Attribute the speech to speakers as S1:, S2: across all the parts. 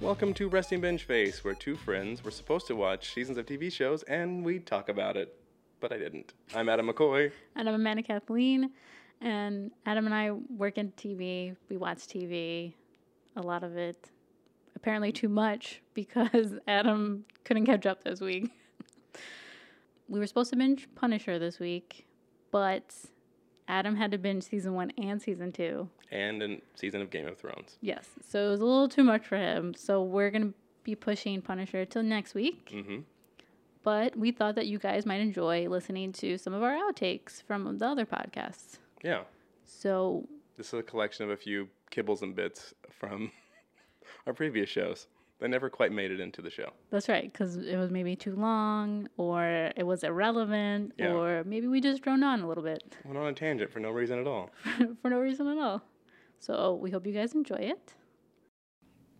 S1: Welcome to Resting Bench Face, where two friends were supposed to watch seasons of TV shows and we talk about it. But I didn't. I'm Adam McCoy.
S2: And I'm Amanda Kathleen, and Adam and I work in TV. We watch TV, a lot of it. Apparently, too much because Adam couldn't catch up this week. we were supposed to binge Punisher this week, but Adam had to binge season one and season two.
S1: And a season of Game of Thrones.
S2: Yes, so it was a little too much for him. So we're going to be pushing Punisher till next week.
S1: Mm-hmm.
S2: But we thought that you guys might enjoy listening to some of our outtakes from the other podcasts.
S1: Yeah.
S2: So
S1: This is a collection of a few kibbles and bits from our previous shows that never quite made it into the show.
S2: That's right, because it was maybe too long, or it was irrelevant,
S1: Yeah.
S2: or maybe we just droned on a little bit
S1: Went on a tangent for no reason at all.
S2: for no reason at all. So we hope you guys enjoy it.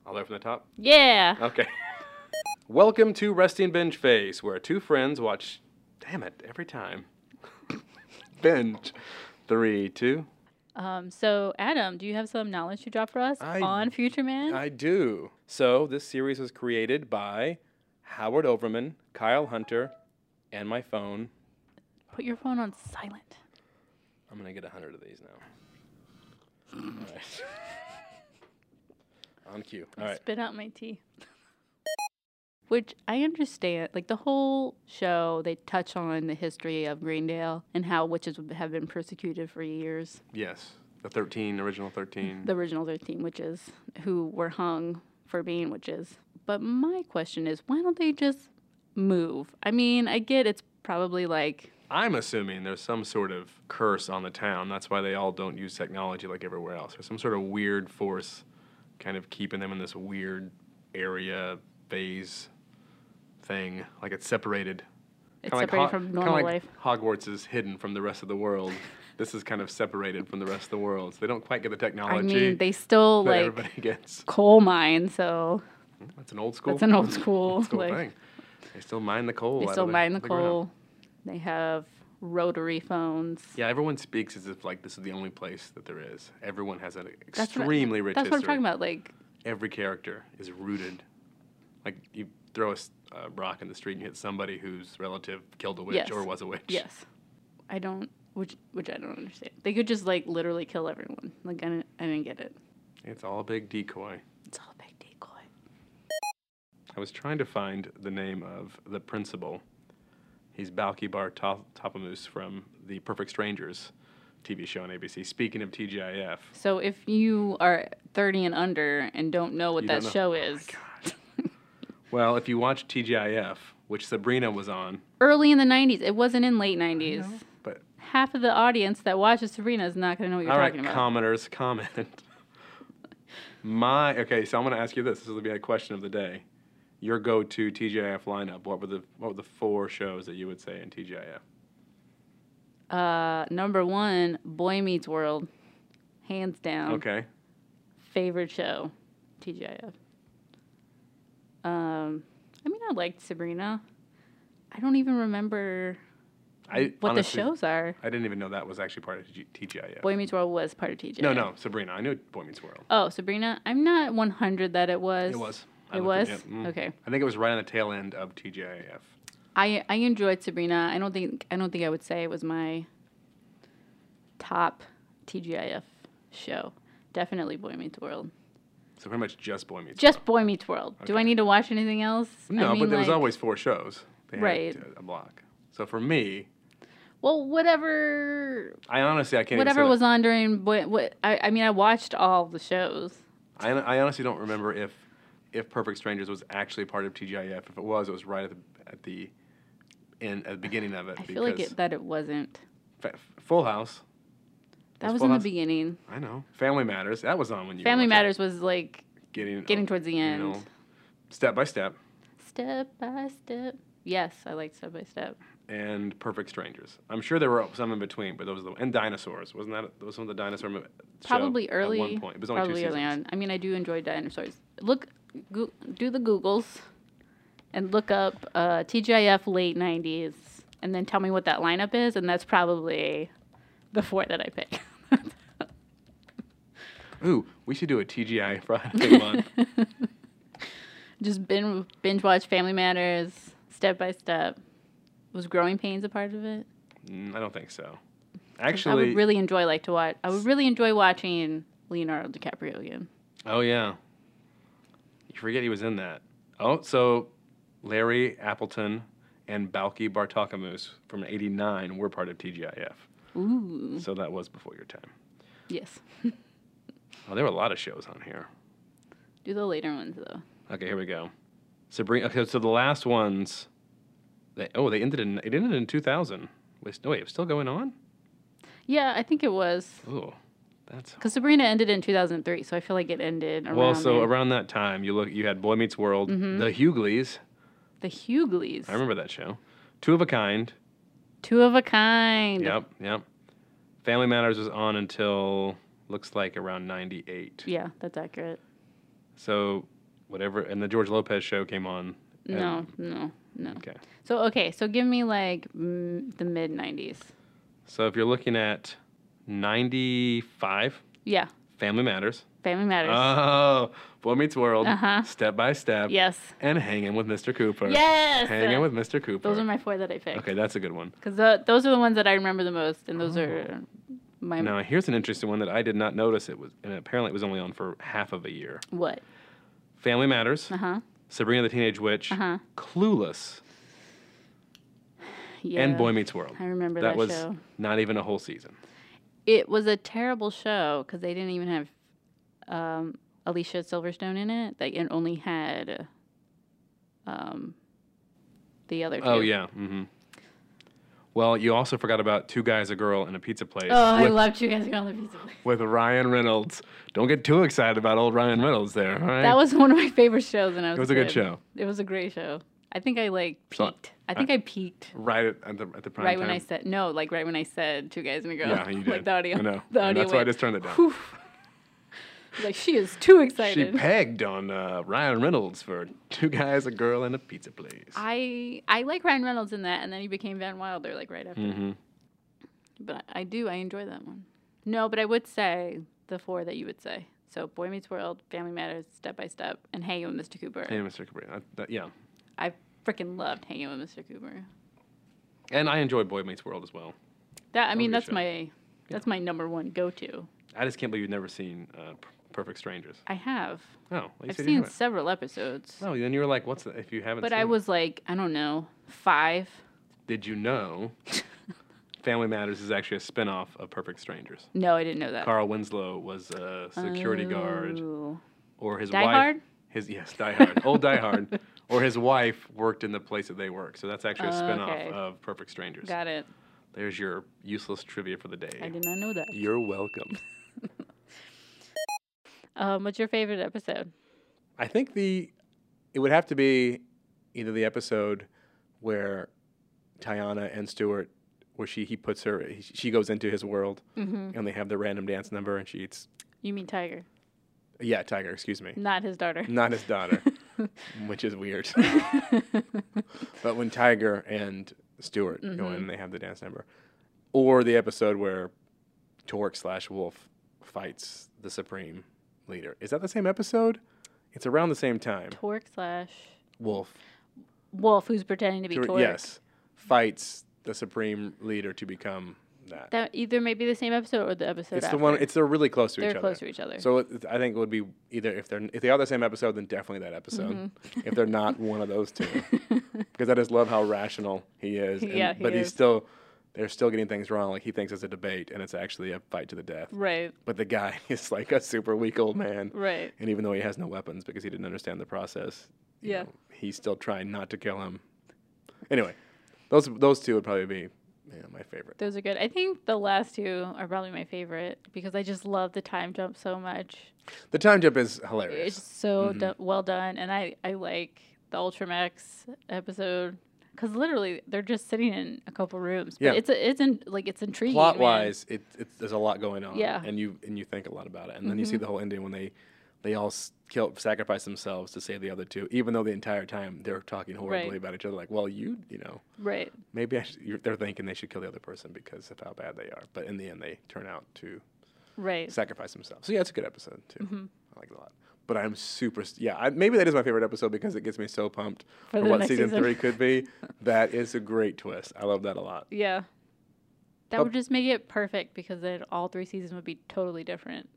S1: All the way from the top?
S2: Yeah.
S1: Okay. Welcome to Resting Bench Face, where two friends watch. Damn it, every time. Bench. Three, two.
S2: Um. So Adam, do you have some knowledge to drop for us
S1: I-
S2: on Future Man?
S1: I do. So this series was created by Howard Overman, Kyle Hunter, and my phone.
S2: Put your phone on silent.
S1: I'm gonna get a hundred of these now. All right. On cue. All right.
S2: Spit out my tea. Which I understand, like the whole show, they touch on the history of Greendale and how witches have been persecuted for years.
S1: Yes. The 13, original 13.
S2: the original 13 witches who were hung for being witches. But my question is, why don't they just move? I mean, I get it's probably like,
S1: I'm assuming there's some sort of curse on the town. That's why they all don't use technology like everywhere else. There's some sort of weird force kind of keeping them in this weird area phase thing. Like it's separated.
S2: it's
S1: Kinda like
S2: separated
S1: Ho-
S2: from
S1: kinda
S2: normal
S1: like
S2: life.
S1: Hogwarts is hidden from the rest of the world. this is kind of separated from the rest of the world. So they don't quite get the technology
S2: I mean, they still
S1: that
S2: like
S1: everybody gets.
S2: coal mine, so
S1: That's an old school.
S2: that's an old school.
S1: old school
S2: like,
S1: thing. They still mine the coal.
S2: They
S1: out
S2: still
S1: of
S2: mine the,
S1: ground.
S2: coal. They have rotary phones.
S1: Yeah, everyone speaks as if like this is the only place that there is. Everyone has an
S2: That's what I-
S1: extremely rich
S2: That's what
S1: history.
S2: I'm talking about. Like,
S1: Every character is rooted. Like you throw a s- a rock in the street and you hit somebody whose relative killed a witch
S2: Yes.
S1: or was a witch.
S2: yes, I don't. Which, which I don't understand. They could just like literally kill everyone. Like I didn't, I didn't get it.
S1: It's all a big decoy.
S2: It's all a big decoy.
S1: I was trying to find the name of the principal. He's Balkibar Top- Topamus from the Perfect Strangers TV show on ABC. Speaking of TGIF,
S2: So if you are 30 and under and don't know what
S1: You
S2: that
S1: don't know- Oh
S2: show is,
S1: well, if you watch TGIF, which Sabrina was on,
S2: early in the 90s, it wasn't in late 90s.
S1: but
S2: Half of the audience that watches Sabrina is not going to know what you're
S1: All right,
S2: talking about.
S1: commenters, comment. My okay, so I'm gonna ask you this. This will be a question of the day. Your go-to TGIF lineup. What were the what were the four shows that you would say in TGIF?
S2: uh, number one, Boy Meets World, hands down,
S1: Okay,
S2: favorite show, TGIF. Um, I mean, I liked Sabrina. I don't even remember
S1: I
S2: what
S1: honestly,
S2: the shows are.
S1: I didn't even know that was actually part of TG- TGIF.
S2: Boy Meets World was part of TGIF.
S1: no, no, Sabrina. I knew Boy Meets World.
S2: Oh, Sabrina, I'm not 100 that it was.
S1: It was. I
S2: It
S1: looked
S2: was?
S1: at- yeah, mm.
S2: Okay.
S1: I think it was right on the tail end of TGIF.
S2: I I enjoyed Sabrina. I don't think I don't think I would say it was my top TGIF show. Definitely Boy Meets World.
S1: So pretty much just Boy Meets.
S2: Just Boy Meets World. Do I
S1: Okay.
S2: need to watch anything else? I
S1: World. No,
S2: mean,
S1: but there was
S2: like-
S1: always four shows. They had
S2: Right.
S1: a- a block. So for me,
S2: well whatever
S1: I honestly I can't. even say
S2: whatever
S1: that-
S2: was on during boy. What I I mean I watched all the shows.
S1: I, I honestly don't remember if if Perfect Strangers was actually part of TGIF. If it was, it was right at the at the end, at the beginning of it.
S2: I feel like it, that it wasn't.
S1: Fa- Full House.
S2: That
S1: Was
S2: was
S1: Full
S2: in the
S1: House-
S2: beginning.
S1: I know. Family Matters. That was on when you.
S2: Family
S1: watched it.
S2: Matters was like
S1: Getting
S2: getting towards the
S1: you
S2: end.
S1: know, step by step
S2: Step by step. Yes, I like step by step.
S1: and Perfect Strangers. I'm sure there were some in between, but those were the and dinosaurs. Wasn't that those some of the dinosaur mo- show
S2: probably
S1: at
S2: early.
S1: one point? It was only
S2: probably
S1: two
S2: early
S1: seasons.
S2: on. I mean, I do enjoy dinosaurs. Look, go, do the Googles, and look up uh, TGIF late '90s, and then tell me what that lineup is, and that's probably the four that I pick.
S1: Ooh, we should do a TGI Friday month.
S2: just binge binge watch Family Matters step by step. Was Growing Pains a part of it?
S1: Mm, I don't think so.
S2: 'Cause I
S1: Actually,
S2: would really enjoy like to watch. I would really enjoy watching Leonardo DiCaprio again.
S1: oh yeah, you forget he was in that. Oh, so Larry Appleton and Balky Bartakamus from '89 were part of TGIF.
S2: Ooh,
S1: So that was before your time.
S2: yes.
S1: Oh, there were a lot of shows on here.
S2: Do the later ones though.
S1: Okay, here we go. Sabrina. Okay, so the last ones. They, oh, they ended in it ended in 2000. Wait, no, wait, it was still going on.
S2: Yeah, I think it was
S1: Ooh, that's
S2: because Sabrina ended in 2003, so I feel like it ended around
S1: well. So
S2: there. Mm-hmm.
S1: around that time, you look, you had Boy Meets World, The Hughleys.
S2: the Hughleys.
S1: I remember that show. Two of a Kind.
S2: Two of a kind.
S1: Yep, yep. Family Matters was on until looks like around 98.
S2: Yeah, that's accurate.
S1: So whatever, and the George Lopez show came on. and-
S2: No, no, no.
S1: Okay.
S2: So okay, so give me like mm, the mid 90s.
S1: So if you're looking at 95,
S2: Yeah,
S1: Family Matters.
S2: Family Matters.
S1: Oh, Boy Meets World,
S2: Uh-huh.
S1: Step by Step,
S2: yes.
S1: and Hanging with Mr. Cooper.
S2: Yes.
S1: Hanging uh, with Mr. Cooper.
S2: Those are my four that I picked.
S1: okay, Oh. that's a good one.
S2: Because those are the ones that I remember the most, and those are my
S1: Now, here's an interesting one that I did not notice. It was, and apparently it was only on for half of a year.
S2: what?
S1: Family Matters,
S2: Uh huh.
S1: Sabrina the Teenage Witch,
S2: Uh-huh.
S1: Clueless,
S2: Yeah.
S1: and Boy Meets World.
S2: I remember
S1: that
S2: that
S1: was
S2: show.
S1: not even a whole season.
S2: It was a terrible show because they didn't even have um, Alicia Silverstone in it. They it only had um, the other two.
S1: Oh yeah. Mm-hmm. Well, you also forgot about Two Guys, a Girl, and a Pizza Place
S2: Oh, I
S1: with,
S2: loved you guys on the pizza. Place.
S1: with Ryan Reynolds. Don't get too excited about old Ryan Reynolds there. All right.
S2: That was one of my favorite shows, and I was.
S1: it was a good show.
S2: It was a great show. I think I like
S1: So-
S2: peaked. I think I peaked
S1: Right at, at the at the prime
S2: right
S1: time.
S2: when I said no, like right when I said two guys and a girl.
S1: yeah, you did.
S2: like the audio.
S1: I know.
S2: The
S1: And
S2: audio
S1: that's why I
S2: went,
S1: just turned it down.
S2: "Whew." like she is too
S1: She
S2: excited.
S1: pegged on uh, Ryan Reynolds for Two Guys, a Girl, and a Pizza Place.
S2: I I like Ryan Reynolds in that, and then he became Van Wilder like right after.
S1: mm-hmm.
S2: But I do I enjoy that one. No, but I would say the four that you would say. So Boy Meets World, Family Matters, Step by Step, and Hanging with Mr. Cooper.
S1: Hey, Mr. Cabrera. I- that- yeah,
S2: I freaking loved Hanging with Mr. Cooper.
S1: and I enjoy Boy Meets World as well.
S2: That I mean
S1: good
S2: that's
S1: show.
S2: my that's my number one go to.
S1: I just can't believe you've never seen uh, P- Perfect Strangers.
S2: I have.
S1: Oh, well, you
S2: I've
S1: said you
S2: seen
S1: haven't.
S2: several episodes.
S1: No, then you were like, "What's the, if you haven't?"
S2: But
S1: seen
S2: I
S1: it?
S2: was like, I don't know, five.
S1: Did you know Family Matters is actually a spinoff of Perfect Strangers?
S2: No, I didn't know that.
S1: Carl Winslow was a security guard,
S2: Ooh.
S1: or his
S2: Oh. Die
S1: wife.
S2: Hard?
S1: His yes, Die Hard, old Die Hard, or his wife worked in the place that they work. So that's actually a
S2: Oh,
S1: spinoff
S2: okay.
S1: of Perfect Strangers.
S2: Got it.
S1: There's your useless trivia for the
S2: I
S1: day.
S2: did not know that.
S1: You're welcome.
S2: Um, what's your favorite episode?
S1: I think the it would have to be either the episode where Tiana and Stuart, where she he puts her, he, she goes into his world,
S2: Mm-hmm.
S1: and they have the random dance number, and she eats.
S2: You mean Tiger,
S1: Yeah, tiger. Excuse me.
S2: not his daughter.
S1: Not his daughter, which is weird. but when Tiger and Stuart go
S2: Mm-hmm.
S1: in, they have the dance number, or the episode where Torque slash Wolf fights the Supreme Leader. Is that the same episode? It's around the same time.
S2: Torque slash
S1: Wolf.
S2: Wolf, who's pretending to be
S1: Tur-
S2: Torque.
S1: Yes, fights the supreme leader to become that.
S2: That either may be the same episode or the episode
S1: it's
S2: after.
S1: the one. It's they're really close to
S2: They're
S1: each
S2: close
S1: other.
S2: to each other.
S1: So it, I think it would be either if they're if they are the same episode, then definitely that episode.
S2: Mm-hmm.
S1: if they're not one of those two, because I just love how rational he is. and-
S2: Yeah, he
S1: but he's
S2: is.
S1: still they're still getting things wrong. Like he thinks it's a debate, and it's actually a fight to the death.
S2: right,
S1: But the guy is like a super weak old man.
S2: right.
S1: And even though he has no weapons because he didn't understand the process, you
S2: Yeah.
S1: know, he's still trying not to kill him. Anyway, those those two would probably be yeah, my favorite.
S2: Those are good. I think the last two are probably my favorite because I just love the time jump so much.
S1: The time jump is hilarious.
S2: It's so
S1: Mm-hmm.
S2: do- well done, and I I like the Ultramax episode because literally they're just sitting in a couple rooms.
S1: Yeah.
S2: But it's a, it's in, like it's intriguing.
S1: Plot
S2: man.
S1: wise, it, it there's a lot going on.
S2: Yeah. Mm-hmm.
S1: and you and you think a lot about it, and then you see the whole ending when they they all s- kill sacrifice themselves to save the other two, even though the entire time they're talking horribly
S2: Right.
S1: about each other. Like, well, you you know
S2: right?
S1: maybe I should, you're, they're thinking they should kill the other person because of how bad they are, but in the end they turn out to
S2: Right. Mm-hmm.
S1: sacrifice themselves. So yeah, it's a good episode too. I like it a lot. But I'm super. s- Yeah, I, maybe that is my favorite episode because it gets me so pumped
S2: For
S1: for,
S2: the
S1: what
S2: next
S1: season,
S2: season.
S1: three could be. That is a great twist. I love that a lot.
S2: Yeah. That
S1: But-
S2: would just make it perfect because then all three seasons would be totally different.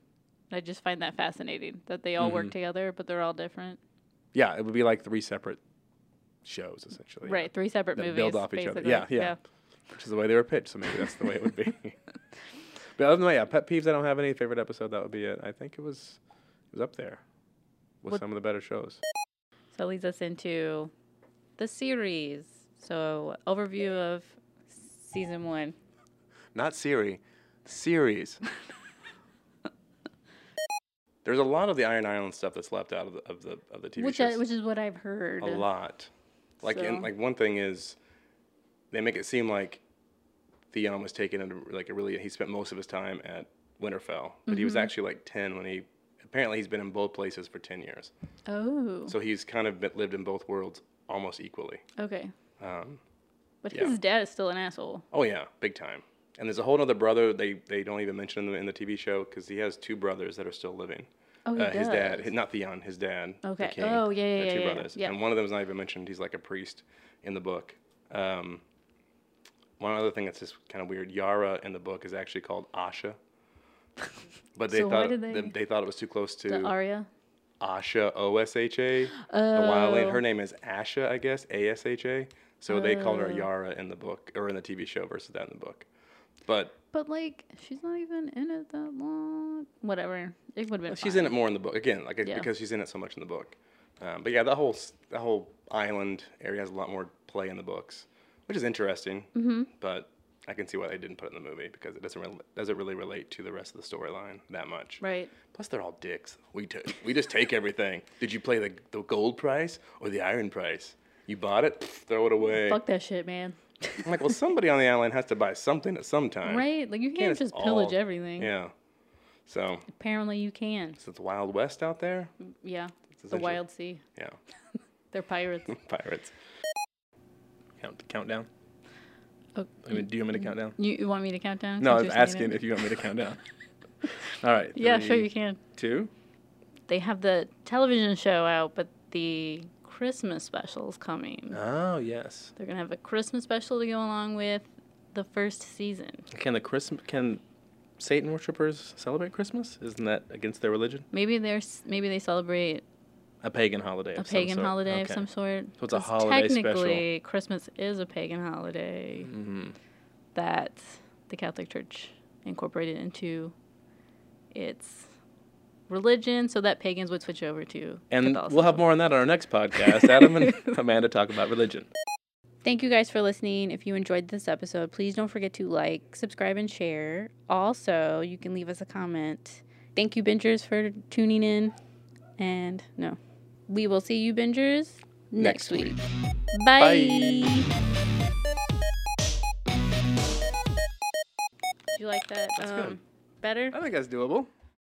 S2: I just find that fascinating that they all
S1: Mm-hmm.
S2: work together, but they're all different.
S1: Yeah, it would be like three separate shows essentially.
S2: Right, three separate
S1: That
S2: movies.
S1: build off each other.
S2: basically.
S1: Yeah, yeah. Which is the way they were pitched, so maybe that's the way it would be. but other than that, yeah, pet peeves. I don't have any favorite episode. That would be it. I think it was it was up there with
S2: What-
S1: some of the better shows.
S2: So that leads us into the series. So overview of season one.
S1: Not Siri, series. There's a lot of the Iron Island stuff that's left out of the of the, of the TV
S2: which
S1: shows.
S2: I, which is what I've heard.
S1: a lot. Like
S2: So-
S1: and like one thing is, they make it seem like Theon was taken into like a really he spent most of his time at Winterfell, but he was actually like ten when he apparently he's been in both places for ten years,
S2: Oh,
S1: so he's kind of been, lived in both worlds almost equally.
S2: okay.
S1: Um,
S2: But
S1: yeah.
S2: his dad is still an asshole.
S1: oh yeah, big time. And there's a whole other brother they they don't even mention in the in the TV show because he has two brothers that are still living.
S2: Oh, he
S1: uh, his dad,
S2: does.
S1: hi- not Theon, his dad. the
S2: Okay.
S1: king,
S2: Oh, yeah, yeah,
S1: the two
S2: yeah, yeah,
S1: brothers.
S2: yeah.
S1: And one of them is not even mentioned. He's like a priest in the book. Um, one other thing that's just kind of weird. Yara in the book is actually called Asha, but they
S2: So why
S1: thought
S2: did
S1: they...
S2: they-
S1: they thought it was too close
S2: The
S1: to
S2: Arya.
S1: Asha O S H A. The
S2: Oh.
S1: wildling. Her name is Asha, I guess A S H A. So they called her
S2: Oh.
S1: Yara in the book or in the TV show versus that in the book. But
S2: But like, she's not even in it that long. Whatever. It would have been.
S1: She's
S2: fine.
S1: in it more in the book again, like it-
S2: Yeah.
S1: because she's in it so much in the book. Um, but yeah, the whole s- the whole island area has a lot more play in the books, which is interesting. Mm-hmm. But I can see why they didn't put it in the movie because it doesn't really, doesn't really relate to the rest of the storyline that much.
S2: Right.
S1: Plus, they're all dicks. We t- we just take everything. Did you play the the gold price or the iron price? You bought it, Pff, throw it away.
S2: Fuck that shit, man.
S1: I'm like, well, somebody on the island has to buy something at some time.
S2: Right? Like you
S1: Can't
S2: can't
S1: it's
S2: just pillage
S1: all-
S2: everything.
S1: Yeah. So,
S2: Apparently you can.
S1: is it the Wild West out there?
S2: Yeah. The
S1: essentially-
S2: wild sea.
S1: Yeah.
S2: They're pirates.
S1: Pirates. Count countdown.
S2: Oh,
S1: I mean, do you want me to count down?
S2: you, you want me to count down?
S1: No, I
S2: since
S1: was
S2: you're saying
S1: asking
S2: it?
S1: if you want me to count down. All right.
S2: Yeah, sure
S1: three,
S2: you can.
S1: Two.
S2: They have the television show out, but the Christmas special's coming.
S1: Oh yes.
S2: They're gonna have a Christmas special to go along with the first season.
S1: Can the Christmas can Satan worshippers celebrate Christmas? Isn't that against their religion?
S2: Maybe there's maybe they celebrate
S1: A pagan holiday.
S2: a pagan holiday of some sort.
S1: So it's a
S2: 'cause
S1: holiday special. Mm-hmm.
S2: Technically, Christmas is a pagan holiday that the Catholic Church incorporated into its religion, so that pagans would switch over to.
S1: And we'll have
S2: Catholicism.
S1: more on that on our next podcast. Adam and Amanda talk about religion.
S2: Thank you guys for listening. If you enjoyed this episode, please don't forget to like, subscribe, and share. Also, you can leave us a comment. Thank you, bingers, for tuning in. And no, we will see you, bingers,
S1: Next
S2: next, week.
S1: week.
S2: Bye. Do you like that
S1: That's
S2: um,
S1: good.
S2: better? um,
S1: I think that's doable.